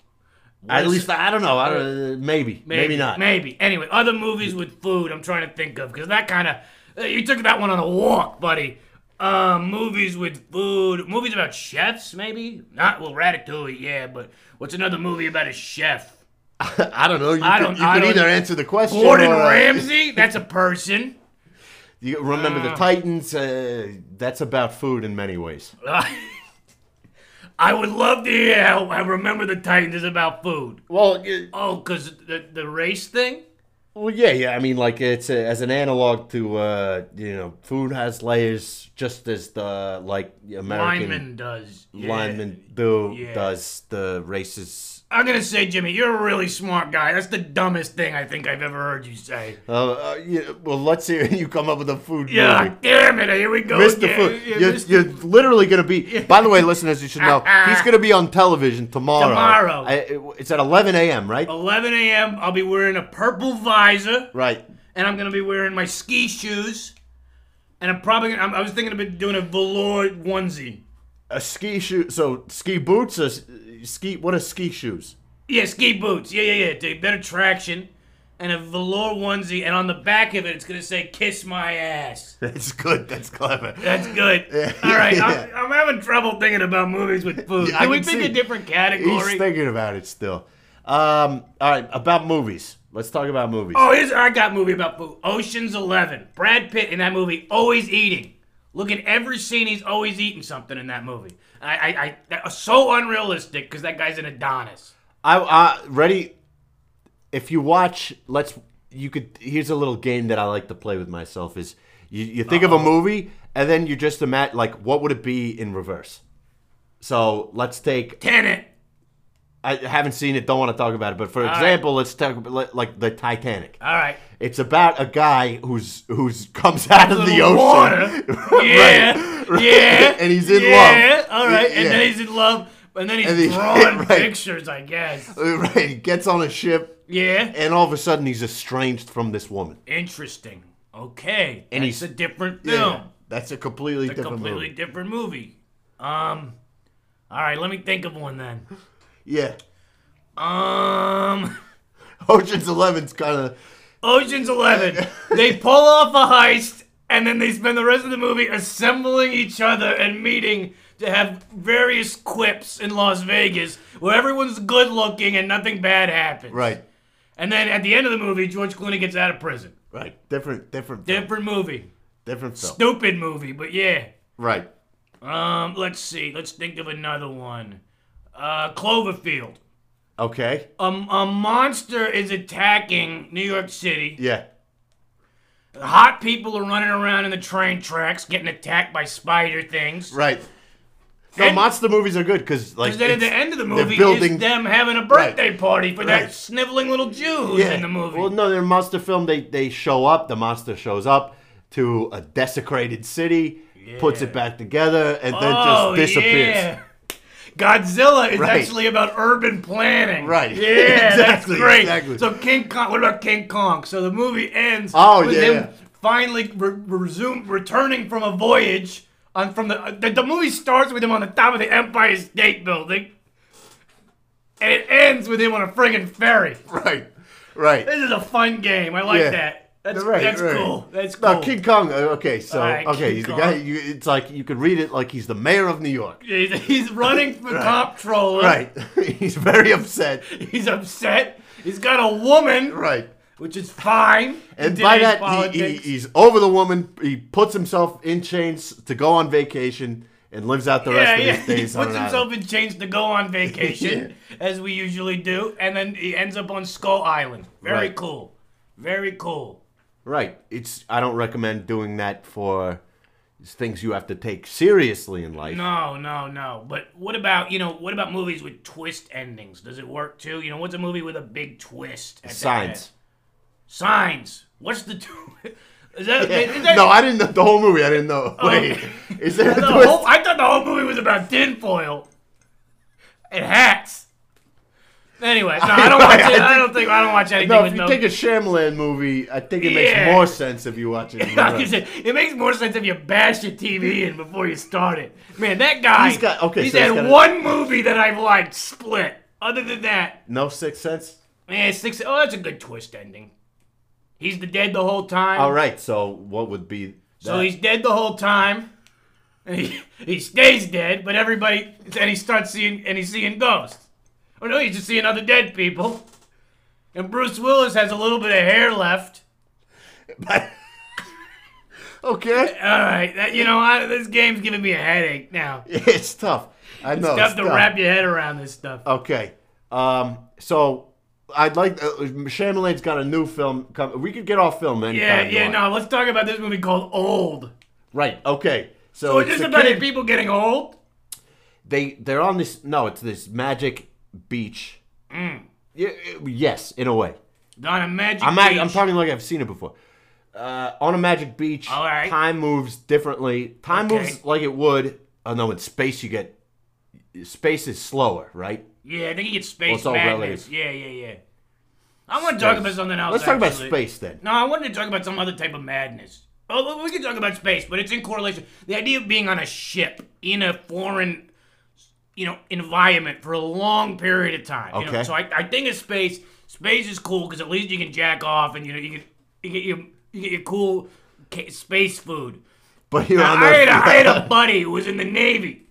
A: At
B: Listen.
A: least I don't know. I don't, maybe, maybe, not.
B: Maybe. Anyway, other movies with food I'm trying to think of because that kind of uh, you took that one on a walk, buddy. Um, movies with food, movies about chefs, maybe not. Well, Ratatouille, yeah, but what's another movie about a chef?
A: I don't know. You
B: I
A: could-
B: don't-
A: you
B: I
A: could
B: don't-
A: either answer the question.
B: Gordon
A: or, uh,
B: Ramsay, Ah. that's a person.
A: You remember the Titans? Uh, that's about food in many ways.
B: I would love to hear how I remember the Titans is about food.
A: Well, y-
B: Oh, cause the the race thing.
A: well, yeah, yeah. I mean, like it's a, as an analog to uh, you know, food has layers, just as the like American
B: Lineman does. Yeah.
A: lineman do
B: Yeah.
A: does the races.
B: I'm gonna say, Jimmy, you're a really smart guy. That's the dumbest thing I think I've ever heard you say.
A: Uh, uh, yeah, well, let's hear you come up with a food
B: Yeah,
A: movie.
B: damn it! Here we go.
A: Mr.
B: again.
A: Food,
B: Yeah,
A: you're,
B: Mr.
A: you're literally gonna be. By the way, listeners, you should know he's gonna be on television tomorrow.
B: Tomorrow. Oh.
A: I, it- it's at 11 a.m. Right?
B: 11 a.m. I'll be wearing a purple visor,
A: Right.
B: and I'm gonna be wearing my ski shoes, and I'm probably gonna, I'm, I was thinking about doing a velour onesie.
A: A ski shoe. So ski boots or s- ski? What are ski shoes?
B: Yeah, ski boots. Yeah, yeah, yeah. To get better traction, and a velour onesie, and on the back of it, it's gonna say "Kiss my ass."
A: That's good. That's clever.
B: That's good. All right, I'm, I'm having trouble thinking about movies with food.
A: Yeah, I
B: Can we
A: can
B: pick
A: see.
B: a different
A: He's
B: category?
A: thinking about it still. Um, all right, about movies. Let's talk about movies.
B: Oh, here's I got a movie about food. Ocean's Eleven. Brad Pitt in that movie always eating. Look at every scene; he's always eating something in that movie. I, I, I that was so unrealistic because that guy's an Adonis.
A: I, I ready. If you watch, let's. You could. Here's a little game that I like to play with myself. Is you, you think of a movie and then you just imagine like what would it be in reverse. So let's take
B: Tenet.
A: I haven't seen it. Don't want to talk about it. But for example, let's talk about li- like the Titanic.
B: All right.
A: It's about a guy who's who's comes out of the ocean,
B: Water. yeah.
A: right.
B: Yeah.
A: And he's in
B: yeah.
A: love.
B: All right. And
A: Yeah.
B: then he's in love. And then he's
A: And he-
B: drawing
A: right.
B: pictures, I guess.
A: right? He gets on a ship,
B: Yeah.
A: and all of a sudden he's estranged from this woman.
B: Interesting. Okay.
A: And
B: And
A: he's-
B: he's a different film.
A: that's a completely
B: a
A: different
B: completely
A: movie.
B: different movie. Um. All right. Let me think of one then.
A: Yeah,
B: Um.
A: Ocean's Eleven's kind of
B: Ocean's Eleven. they pull off a heist, and then they spend the rest of the movie assembling each other and meeting to have various quips in Las Vegas, where everyone's good looking and nothing bad happens.
A: right,
B: And then at the end of the movie, George Clooney gets out of prison.
A: right, different, different, film.
B: Different movie.
A: different film.
B: Stupid movie, but yeah.
A: right.
B: Um, let's see. Let's think of another one. Uh, Cloverfield.
A: Okay.
B: A, a monster is attacking New York City.
A: Yeah.
B: Hot people are running around in the train tracks, getting attacked by spider things.
A: Right. No,
B: And-
A: monster movies are good because like
B: Then at the
A: it's-
B: end of the
A: they're
B: movie
A: building-
B: is them having a birthday party for
A: Right.
B: that sniveling little Jew who's in the movie.
A: Well, no, they're a monster film. They they show up. The monster shows up to a desecrated city, puts it back together, and then
B: oh,
A: just disappears.
B: yeah. Godzilla is
A: Right.
B: actually about urban planning.
A: Right.
B: Yeah,
A: Exactly,
B: that's great.
A: exactly.
B: So King Kong, what about King Kong? So the movie ends
A: Oh,
B: with
A: yeah,
B: him
A: yeah.
B: finally re- resume returning from a voyage on from the, the the movie starts with him on the top of the Empire State Building. And it ends with him on a friggin' ferry.
A: Right. Right.
B: This is a fun game. I like
A: Yeah.
B: that. That's
A: Right,
B: that's
A: right.
B: cool. That's cool.
A: No, King Kong. uh, Okay, so
B: Oh. All right,
A: okay,
B: King
A: he's the
B: Kong.
A: guy. You, it's like you could read it like he's the mayor of New York.
B: He's, he's running for comptroller.
A: Right. he's very upset.
B: He's upset. He's got a woman,
A: Right.
B: which is fine.
A: And
B: in
A: by
B: today's
A: that, he, he,
B: politics.
A: he's over the woman. He puts himself in chains to go on vacation and lives out the
B: yeah,
A: rest
B: yeah.
A: of his days
B: he
A: on
B: puts
A: an
B: himself in chains to go on vacation, as we usually do, and then he ends up on Skull Island. Very
A: Right.
B: cool. Very cool.
A: Right. It's I don't recommend doing that for things you have to take seriously in life.
B: No, no, no. But what about you know? What about movies with twist endings? Does it work too? You know, what's a movie with a big twist? At the
A: Signs.
B: end? Signs. What's the tw- is that, is that
A: No, I didn't know the whole movie. I didn't know. Wait, is there a
B: Oh. The
A: twist?
B: whole- I thought the whole movie was about tinfoil and hats. Anyway, no, I don't watch. it. I don't think I don't watch anything
A: No, if
B: with
A: you
B: no.
A: take a Shyamalan movie, I think it makes
B: Yeah.
A: more sense if you watch it. in
B: I was
A: order.
B: gonna say, it makes more sense if you bash your TV in before you start it. Man, that guy.
A: He's got- okay,
B: he's
A: so he's
B: had
A: got a-
B: one movie that I've liked. Split. Other than that,
A: No sixth sense.
B: man, six oh that's a good twist ending. He's the dead the whole time.
A: All right. So what would be? That?
B: So he's dead the whole time. And he, he stays dead, but everybody and he starts seeing and he's seeing ghosts. Or no, he's just seeing other dead people. And Bruce Willis has a little bit of hair left.
A: okay.
B: All right, that, you know I, this game's giving me a headache now.
A: It's tough. I know.
B: you have
A: it's
B: to
A: tough.
B: wrap your head around this stuff.
A: Okay. Um. So. I'd like. Uh, Shyamalan's got a new film. Com- we could get off film anytime.
B: yeah,
A: you
B: yeah,
A: want.
B: no. Let's talk about this movie called Old.
A: Right. Okay. So,
B: But
A: Oh, it's
B: just
A: the
B: about
A: kid-
B: people getting old.
A: they they're on this no it's this magic beach
B: Mm.
A: Y- yes in a way
B: On a magic.
A: i'm act- i'm
B: beach.
A: talking like i've seen it before uh, on a magic beach
B: All right.
A: time moves differently time
B: Okay.
A: moves like it would oh no in space you get space is slower right
B: Yeah, I think he gets space
A: all
B: madness.
A: relative.
B: Yeah, yeah, yeah. I want to talk about something else.
A: let's talk about
B: actually.
A: space then
B: No, I wanted to talk about some other type of madness. Oh, we can talk about space, but it's in correlation. The idea of being on a ship in a foreign, you know, environment for a long period of time. You
A: Okay.
B: Know? So I, I think of space. Space is cool because at least you can jack off and you know you can you get your you get your cool ca- space food.
A: but you're on
B: I had, a, I had a
A: Earth.
B: buddy who was in the Navy.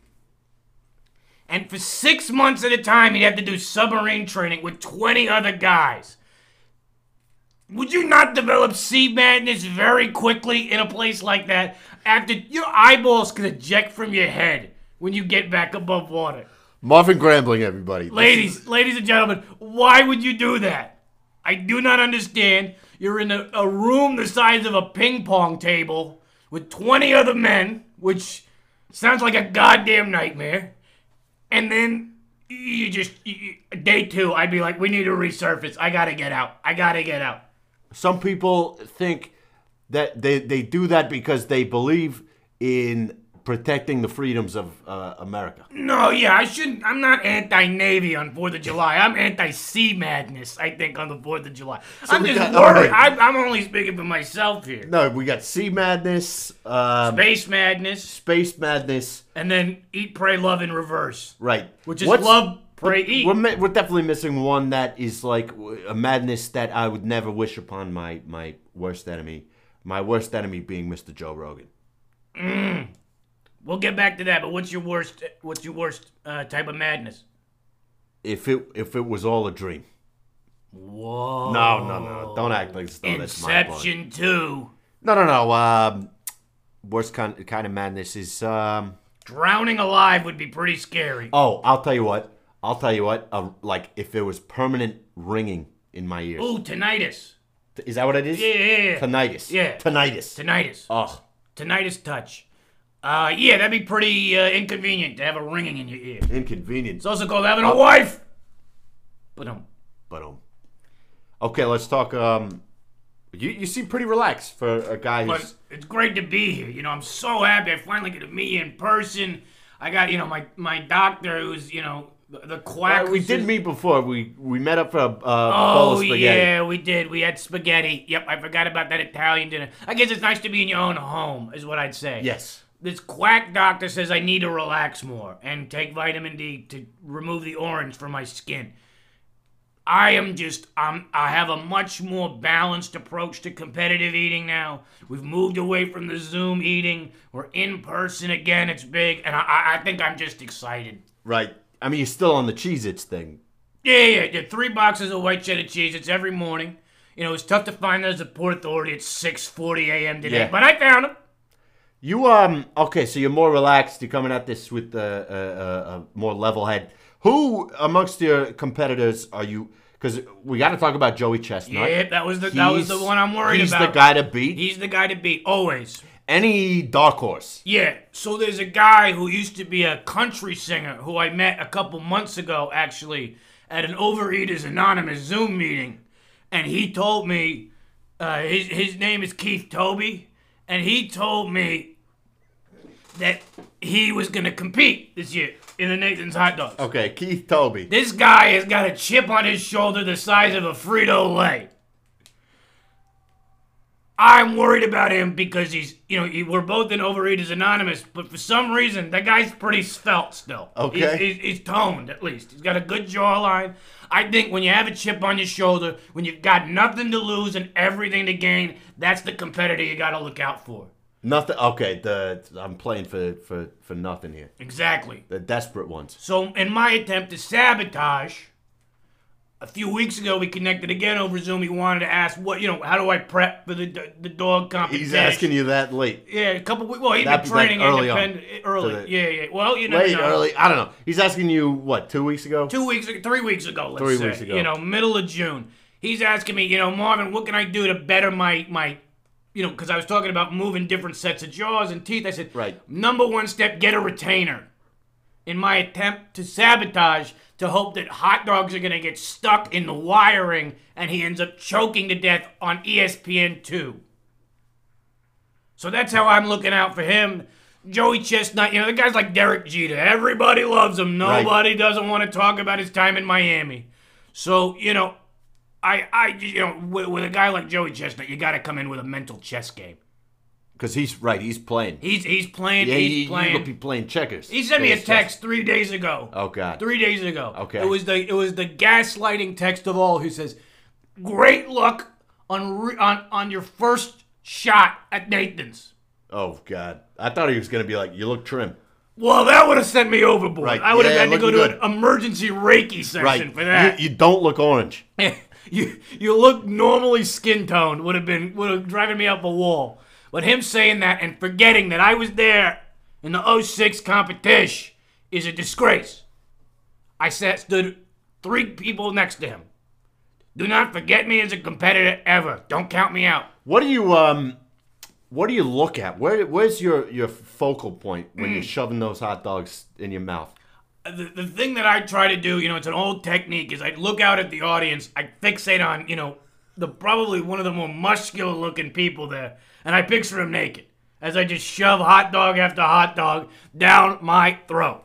B: And for six months at a time, he'd have to do submarine training with 20 other guys. Would you not develop sea madness very quickly in a place like that? After your eyeballs could eject from your head when you get back above water.
A: marvin grambling everybody
B: Ladies, ladies and gentlemen, why would you do that? I do not understand. You're in a, a room the size of a ping pong table with 20 other men, which sounds like a goddamn nightmare. And then you just you, you- day two, I'd be like, we need to resurface. I gotta get out. I gotta get out.
A: some people think that they, they do that because they believe in protecting the freedoms of uh, America.
B: No, yeah, I shouldn't. I'm not anti-navy on Fourth of July. I'm anti-sea madness. I think on the Fourth of July. I'm
A: we
B: just
A: got- alright.
B: worried. I'm, I'm only speaking for myself here.
A: No, we got sea madness, um,
B: Space madness,
A: space madness,
B: and then eat, pray, love in reverse,
A: right?
B: which is
A: What's-
B: love, pray, eat.
A: We're, mi- we're definitely missing one that is like w- a madness that I would never wish upon my my worst enemy. My worst enemy being Mr. Joe Rogan.
B: We'll get back to that. But what's your worst? What's your worst uh, type of madness?
A: If it if it was all a dream.
B: Whoa.
A: No, no, no. Don't act like it's not that's my blood.
B: Inception two.
A: No, no, no. Um, worst kind kind of madness is. Um,
B: Drowning alive would be pretty scary.
A: oh, I'll tell you what. I'll tell you what. Uh, like if there was permanent ringing in my ears.
B: Ooh, tinnitus.
A: Is that what it is?
B: Yeah, yeah, yeah.
A: Tinnitus.
B: Yeah.
A: Tinnitus.
B: Tinnitus.
A: Ugh.
B: Tinnitus touch. Uh, yeah, that'd be pretty uh, inconvenient to have a ringing in your ear. It's
A: Inconvenience.
B: also called having
A: Oh.
B: a wife. But um,
A: But um. Okay, let's talk. Um, you you seem pretty relaxed for a guy
B: but
A: who's.
B: it's great to be here. You know, I'm so happy I finally get to meet you in person. I got you know my my doctor who's you know the- the quack.
A: we
B: who
A: did
B: says-
A: meet before. We we met up for a uh, bowl of
B: Oh
A: spaghetti.
B: yeah, we did. We had spaghetti. Yep, I forgot about that Italian dinner. I guess it's nice to be in your own home, is what I'd say.
A: Yes.
B: This quack doctor says I need to relax more and take vitamin D to remove the orange from my skin. I am just I'm I have a much more balanced approach to competitive eating now. We've moved away from the Zoom eating. We're in person again. It's big, and I- I I think I'm just excited.
A: Right. I mean, you're still on the Cheez-Its thing.
B: Yeah, yeah, yeah. Three boxes of white cheddar cheese. It's every morning. You know, it's tough to find those at Port Authority at 6:40 a.m. today,
A: Yeah.
B: but I found them.
A: You um okay, so you're more relaxed. You're coming at this with a uh, uh, uh, more level head. Who amongst your competitors are you? Because we got to talk about Joey Chestnut.
B: Yep, that was the that was the
A: He's-
B: one I'm worried
A: he's
B: about.
A: the guy to beat.
B: He's the guy to beat always.
A: Any dark horse?
B: Yeah. So there's a guy who used to be a country singer who I met a couple months ago, actually, at an Overeaters Anonymous Zoom meeting, and he told me, uh, his his name is Keith Toby, and he told me that he was gonna compete this year in the Nathan's Hot Dogs.
A: Okay, Keith Toby.
B: This guy has got a chip on his shoulder the size of a Frito Lay. I'm worried about him because he's, you know, he, we're both in Overeaters Anonymous, but for some reason, that guy's pretty svelte still.
A: Okay.
B: He's- he's, he's toned, at least. He's got a good jawline. I think when you have a chip on your shoulder, when you've got nothing to lose and everything to gain, that's the competitor you got to look out for.
A: Nothing. Okay, the I'm playing for for for nothing here.
B: Exactly.
A: The desperate ones.
B: So, in my attempt to sabotage, a few weeks ago we connected again over Zoom. He wanted to ask what you know, how do I prep for the the dog competition?
A: He's asking you that late,
B: Yeah, a couple weeks. Well, he'd
A: That'd
B: been
A: be, like,
B: training
A: early on.
B: independent early.
A: To the-
B: yeah, yeah. Well, you never
A: late,
B: know,
A: early. I don't know. He's asking you what? Two weeks ago.
B: two weeks, ag- three weeks ago. Let's
A: Three
B: say,
A: weeks ago.
B: You know, middle of June. He's asking me, you know, Marvin, what can I do to better my my, you know, because I was talking about moving different sets of jaws and teeth. I said,
A: Right.
B: Number one step, get a retainer. In my attempt to sabotage, to hope that hot dogs are gonna get stuck in the wiring and he ends up choking to death on E ESPN two. So that's how I'm looking out for him. Joey Chestnut, you know, the guy's like Derek Jeter. Everybody loves him.
A: Right.
B: Nobody doesn't want to talk about his time in Miami. So, you know, I, I, you know, with, with a guy like Joey Chestnut, you got to come in with a mental chess game.
A: Because he's right. He's playing.
B: He's he's playing.
A: yeah,
B: he's
A: he,
B: playing.
A: he would be playing checkers.
B: He sent me a
A: His chess-
B: text three days ago.
A: Oh God.
B: Three days ago.
A: Okay.
B: It was the it was the gaslighting text of all who says, "Great luck on re- on on your first shot at Nathan's."
A: Oh God! I thought he was gonna be like, "You look trim."
B: Well, that would have sent me overboard.
A: Right.
B: I would
A: Yeah,
B: have had to go to
A: looking
B: an emergency Reiki session for that.
A: You, you don't look orange.
B: You, you, look normally skin toned would have been would have driven me up a wall. But him saying that and forgetting that I was there in the 06 competition is a disgrace. I sat stood three people next to him. Do not forget me as a competitor ever. Don't count me out.
A: What do you um? What do you
B: Mm.
A: look at? Where where's your your focal point when you're shoving those hot dogs in your mouth?
B: the, the thing that I try to do, you know, it's an old technique, is I'd look out at the audience, I'd fixate on, you know, the probably one of the more muscular looking people there, and I picture him naked as I just shove hot dog after hot dog down my throat.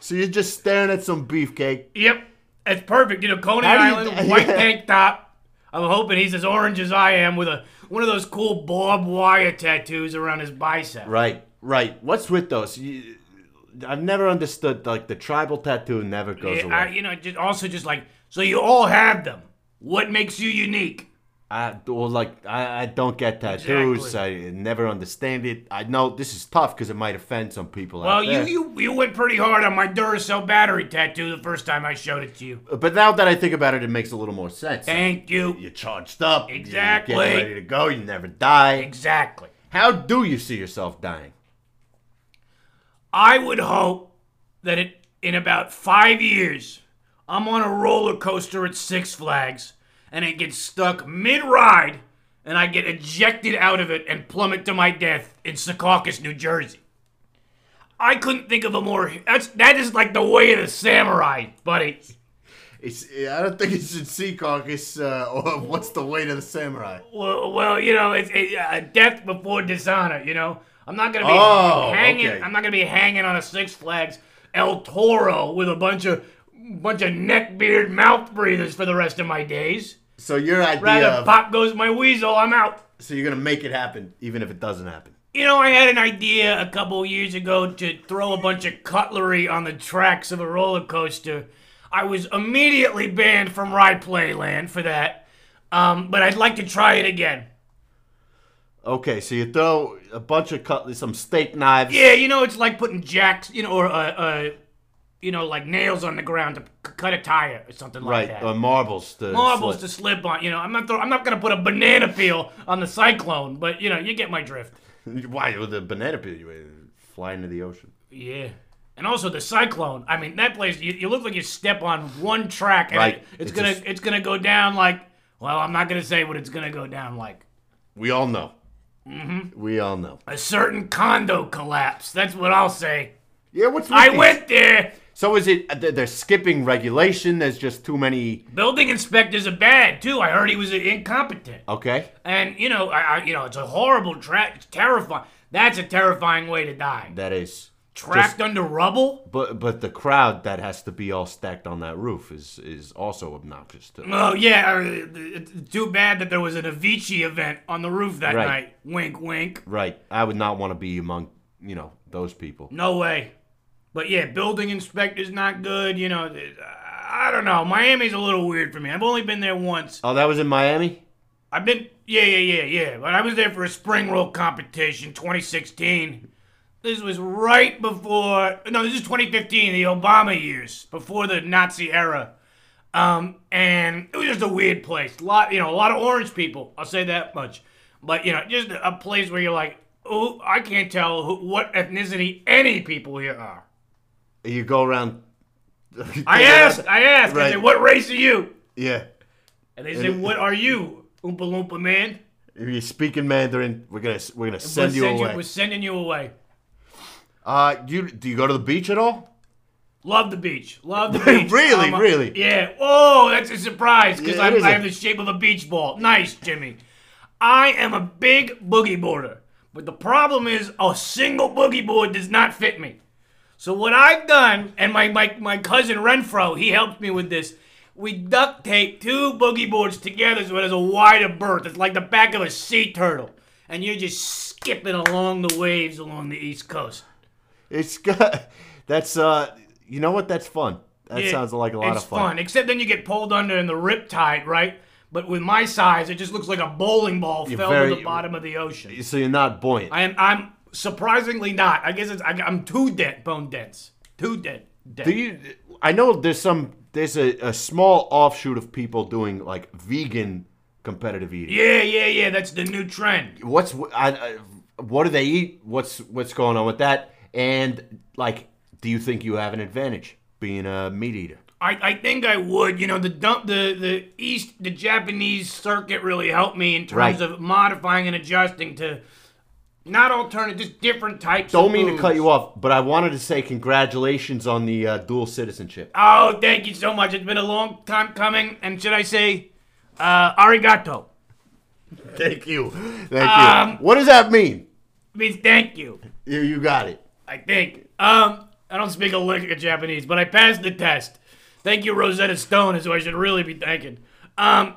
A: So you're just staring at some beefcake.
B: Yep, it's perfect. You know, Coney
A: How do you-
B: Island, white
A: yeah.
B: tank top. I'm hoping he's as orange as I am with a one of those cool barbed wire tattoos around his bicep.
A: Right, right. What's with those? You, I've never understood. Like the tribal tattoo never goes
B: Yeah, I,
A: away.
B: you know, just also just like so you all have them. What makes you unique?
A: I, well, like I, I don't get tattoos. I never understand it. I know this is tough because it might offend some people.
B: Well,
A: out there.
B: you you you went pretty hard on my Duracell battery tattoo the first time I showed it to you.
A: But now that I think about it, it makes a little more sense.
B: Thank you.
A: You're charged up. you're
B: Exactly.
A: getting ready to go. You never die.
B: Exactly.
A: How do you see yourself dying?
B: I would hope that it, in about five years, I'm on a roller coaster at Six Flags and it gets stuck mid ride and I get ejected out of it and plummet to my death in Secaucus, New Jersey. I couldn't think of a more. That's, that is like the way of the samurai, buddy.
A: It's. I don't think it's in Seacaucus, uh, or what's the way to the samurai?
B: Well, well you know, it's it, uh, death before dishonor. You know, I'm not gonna be
A: Oh,
B: hanging.
A: okay.
B: I'm not gonna be hanging on a Six Flags El Toro with a bunch of bunch of neck beard mouth breathers for the rest of my days.
A: So your idea
B: Rather,
A: of
B: pop goes my weasel. I'm out.
A: so you're gonna make it happen, even if it doesn't happen.
B: You know, I had an idea a couple years ago to throw a bunch of cutlery on the tracks of a roller coaster. I was immediately banned from Ride Playland for that, um, but I'd like to try it again.
A: Okay, so you throw a bunch of cutlery, some steak knives.
B: Yeah, you know, it's like putting jacks, you know, or uh, uh you know, like nails on the ground to c- cut a tire or something
A: Right,
B: like that.
A: or marbles to
B: Marbles
A: slip.
B: to slip on. You know, I'm not. Throw, I'm not gonna put a banana peel on the cyclone, but you know, you get my drift.
A: Why with the banana peel? You uh, fly into the ocean.
B: Yeah. And also the cyclone. I mean, that place. You, you look like you step on one track, and
A: Right.
B: it-
A: It's
B: it's, gonna
A: just-
B: it's gonna go down like. Well, I'm not gonna say what it's gonna go down like.
A: We all know. Mm-hmm. We all know.
B: A certain condo collapse. That's what I'll say.
A: Yeah, what's with
B: I
A: these-
B: went there.
A: So is it uh, they're they're skipping regulation? There's just too many.
B: Building inspectors are bad too. I heard he was incompetent.
A: Okay.
B: And you know, I, I you know, it's a horrible track. It's terrifying. That's a terrifying way to die.
A: That is.
B: Trapped under rubble?
A: But but the crowd that has to be all stacked on that roof is is also obnoxious too.
B: Oh yeah. uh, It's too bad that there was an Avicii event on the roof that
A: Right.
B: night. Wink, wink.
A: Right. I would not want to be among you know those people.
B: No way. But yeah, building inspector's not good. You know, th- I don't know. Miami's a little weird for me. I've only been there once.
A: Oh, that was in Miami.
B: I've been, yeah, yeah, yeah, yeah. But I was there for a spring roll competition, 2016. This was right before, no, this is 2015, the Obama years, before the Nazi era. Um, and it was just a weird place. Lot, you know, a lot of orange people. I'll say that much. But you know, just a place where you're like, oh, I can't tell who, what ethnicity any people here are.
A: You go around.
B: I asked, I asked, I
A: Right.
B: said, what race are you?
A: Yeah.
B: And they said, what are you, Oompa Loompa man?
A: If you're speaking Mandarin, we're gonna we're gonna send
B: We're
A: you
B: send
A: away.
B: we're sending you away.
A: Uh, you do you go to the beach at all?
B: Love the beach. Love the beach.
A: Really,
B: I'm a-
A: really?
B: Yeah. Oh, that's a surprise because
A: Yeah, it
B: I'm
A: is
B: I
A: a-
B: have the shape of a beach ball. Nice, Jimmy. I am a big boogie boarder, but the problem is a single boogie board does not fit me. So what I've done, and my my, my cousin Renfro, he helped me with this. We duct tape two boogie boards together so it has a wider berth. It's like the back of a sea turtle, and you're just skipping along the waves along the east coast.
A: It's got that's uh you know what that's fun. That
B: It-
A: sounds like a lot
B: it's
A: of fun.
B: Except then you get pulled under in the riptide, right? But with my size, it just looks like a bowling ball fell
A: very-
B: to the bottom of the ocean.
A: So you're not buoyant.
B: I am. I'm surprisingly not. I guess it's. I, I'm too dead, bone dense. Too dead.
A: do you? I know there's some there's a, a small offshoot of people doing like vegan competitive eating.
B: Yeah, yeah, yeah. That's the new trend.
A: What's I, I, what do they eat? What's what's going on with that? And like, do you think you have an advantage being a meat eater?
B: I, I think I would. You know, the dump, the the East, the Japanese circuit really helped me in terms
A: Right.
B: of modifying and adjusting to Not alternative, just different types.
A: Don't
B: of
A: mean to
B: booze.
A: cut you off, but I wanted to say congratulations on the uh, dual citizenship.
B: Oh, thank you so much. It's been a long time coming, and should I say, uh, arigato
A: Thank you. Thank
B: Um,
A: you. What does that mean?
B: means thank you.
A: You, you got it.
B: I think. Um, I don't speak a lick of Japanese, but I passed the test. Thank you, Rosetta Stone, is who I should really be thanking. Um,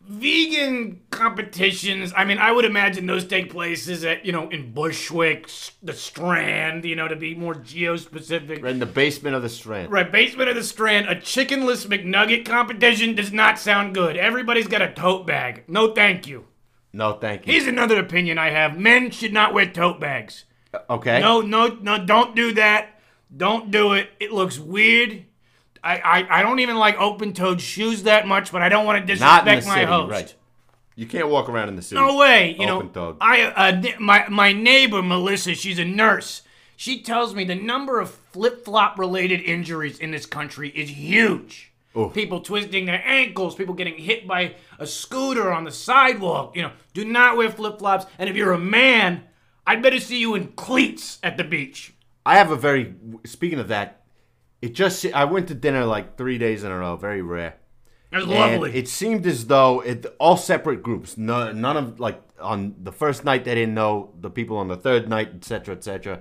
B: vegan competitions. I mean, I would imagine those take places at you know in Bushwick, S- the Strand. You know, to be more geo specific.
A: In the basement of the Strand.
B: Right, basement of the Strand, a chickenless McNugget competition does not sound good. Everybody's got a tote bag. No, thank you.
A: No, thank you.
B: Here's another opinion I have: men should not wear tote bags.
A: okay.
B: No, no, no, don't do that. Don't do it. It looks weird. I, I, I don't even like open toed shoes that much, but I don't want to
A: Not in the
B: disrespect my
A: city,
B: host.
A: right? You can't walk around in the city.
B: No way. You know,
A: Open-toed.
B: I uh, th- my my neighbor Melissa, she's a nurse. She tells me the number of flip flop related injuries in this country is huge. People twisting their ankles, people getting hit by a scooter on the sidewalk. You know, do not wear flip flops. And if you're a man, I'd better see you in cleats at the beach.
A: I have a very. Speaking of that, it just. I went to dinner like three days in a row. Very rare.
B: That's
A: And
B: lovely.
A: It seemed as though it all separate groups. No, none of like on the first night they didn't know the people on the third night, etc., etc.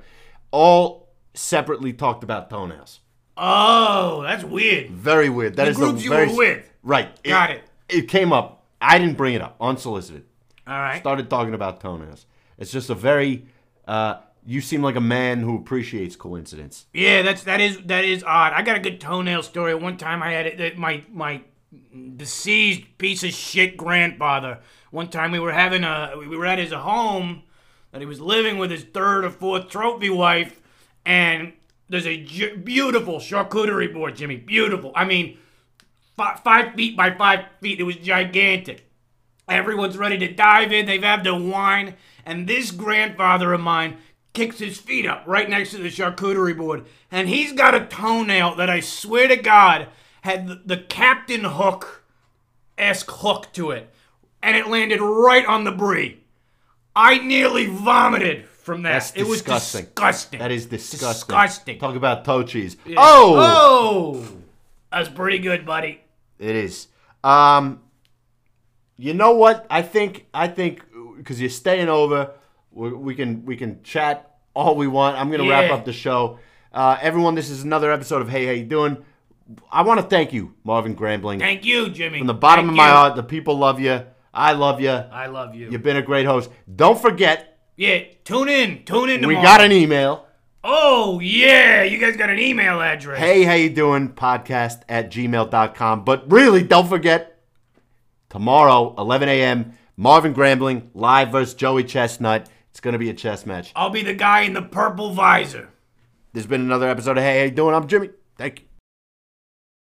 A: All separately talked about toenails.
B: oh, that's weird.
A: Very weird. That
B: The
A: is
B: groups you
A: very,
B: were with.
A: Right.
B: Got it.
A: It came up. I didn't bring it up unsolicited.
B: All right.
A: Started talking about toenails. It's just a very. Uh, you seem like a man who appreciates coincidence.
B: Yeah, that's that is that is odd. I got a good toenail story. One time I had it that my my deceased piece of shit grandfather. One time we were having a we were at his home that he was living with his third or fourth trophy wife, and there's a ju- beautiful charcuterie board, Jimmy. Beautiful. I mean, fi- five feet by five feet. It was gigantic. Everyone's ready to dive in. They've had their wine. And this grandfather of mine kicks his feet up right next to the charcuterie board. And he's got a toenail that I swear to God had the, the Captain Hook esque hook to it. And it landed right on the brie. I nearly vomited from that.
A: That's
B: it
A: disgusting.
B: was disgusting.
A: That is disgusting.
B: Disgusting.
A: Talk about toe cheese. Oh,
B: Oh! That's pretty good, buddy.
A: it is. Um, you know what? I think I think because you're staying over, we, we can we can chat all we want. I'm gonna wrap
B: Yeah.
A: up the show. Uh, everyone, this is another episode of Hey How You Doing. I want to thank you, Marvin Grambling,
B: Thank you, Jimmy.
A: from the bottom
B: Thank
A: of my
B: you.
A: heart. The people love you. I love you.
B: I love you.
A: You've been a great host. Don't forget,
B: Yeah, tune in. Tune in
A: we
B: tomorrow.
A: got an email.
B: Oh, yeah. You guys got an email address.
A: hey how you doing podcast at gmail.com but really don't forget tomorrow 11 a.m marvin grambling live versus joey chestnut it's going to be a chess match
B: I'll be the guy in the purple visor.
A: there's been another episode of hey how you doing i'm jimmy thank you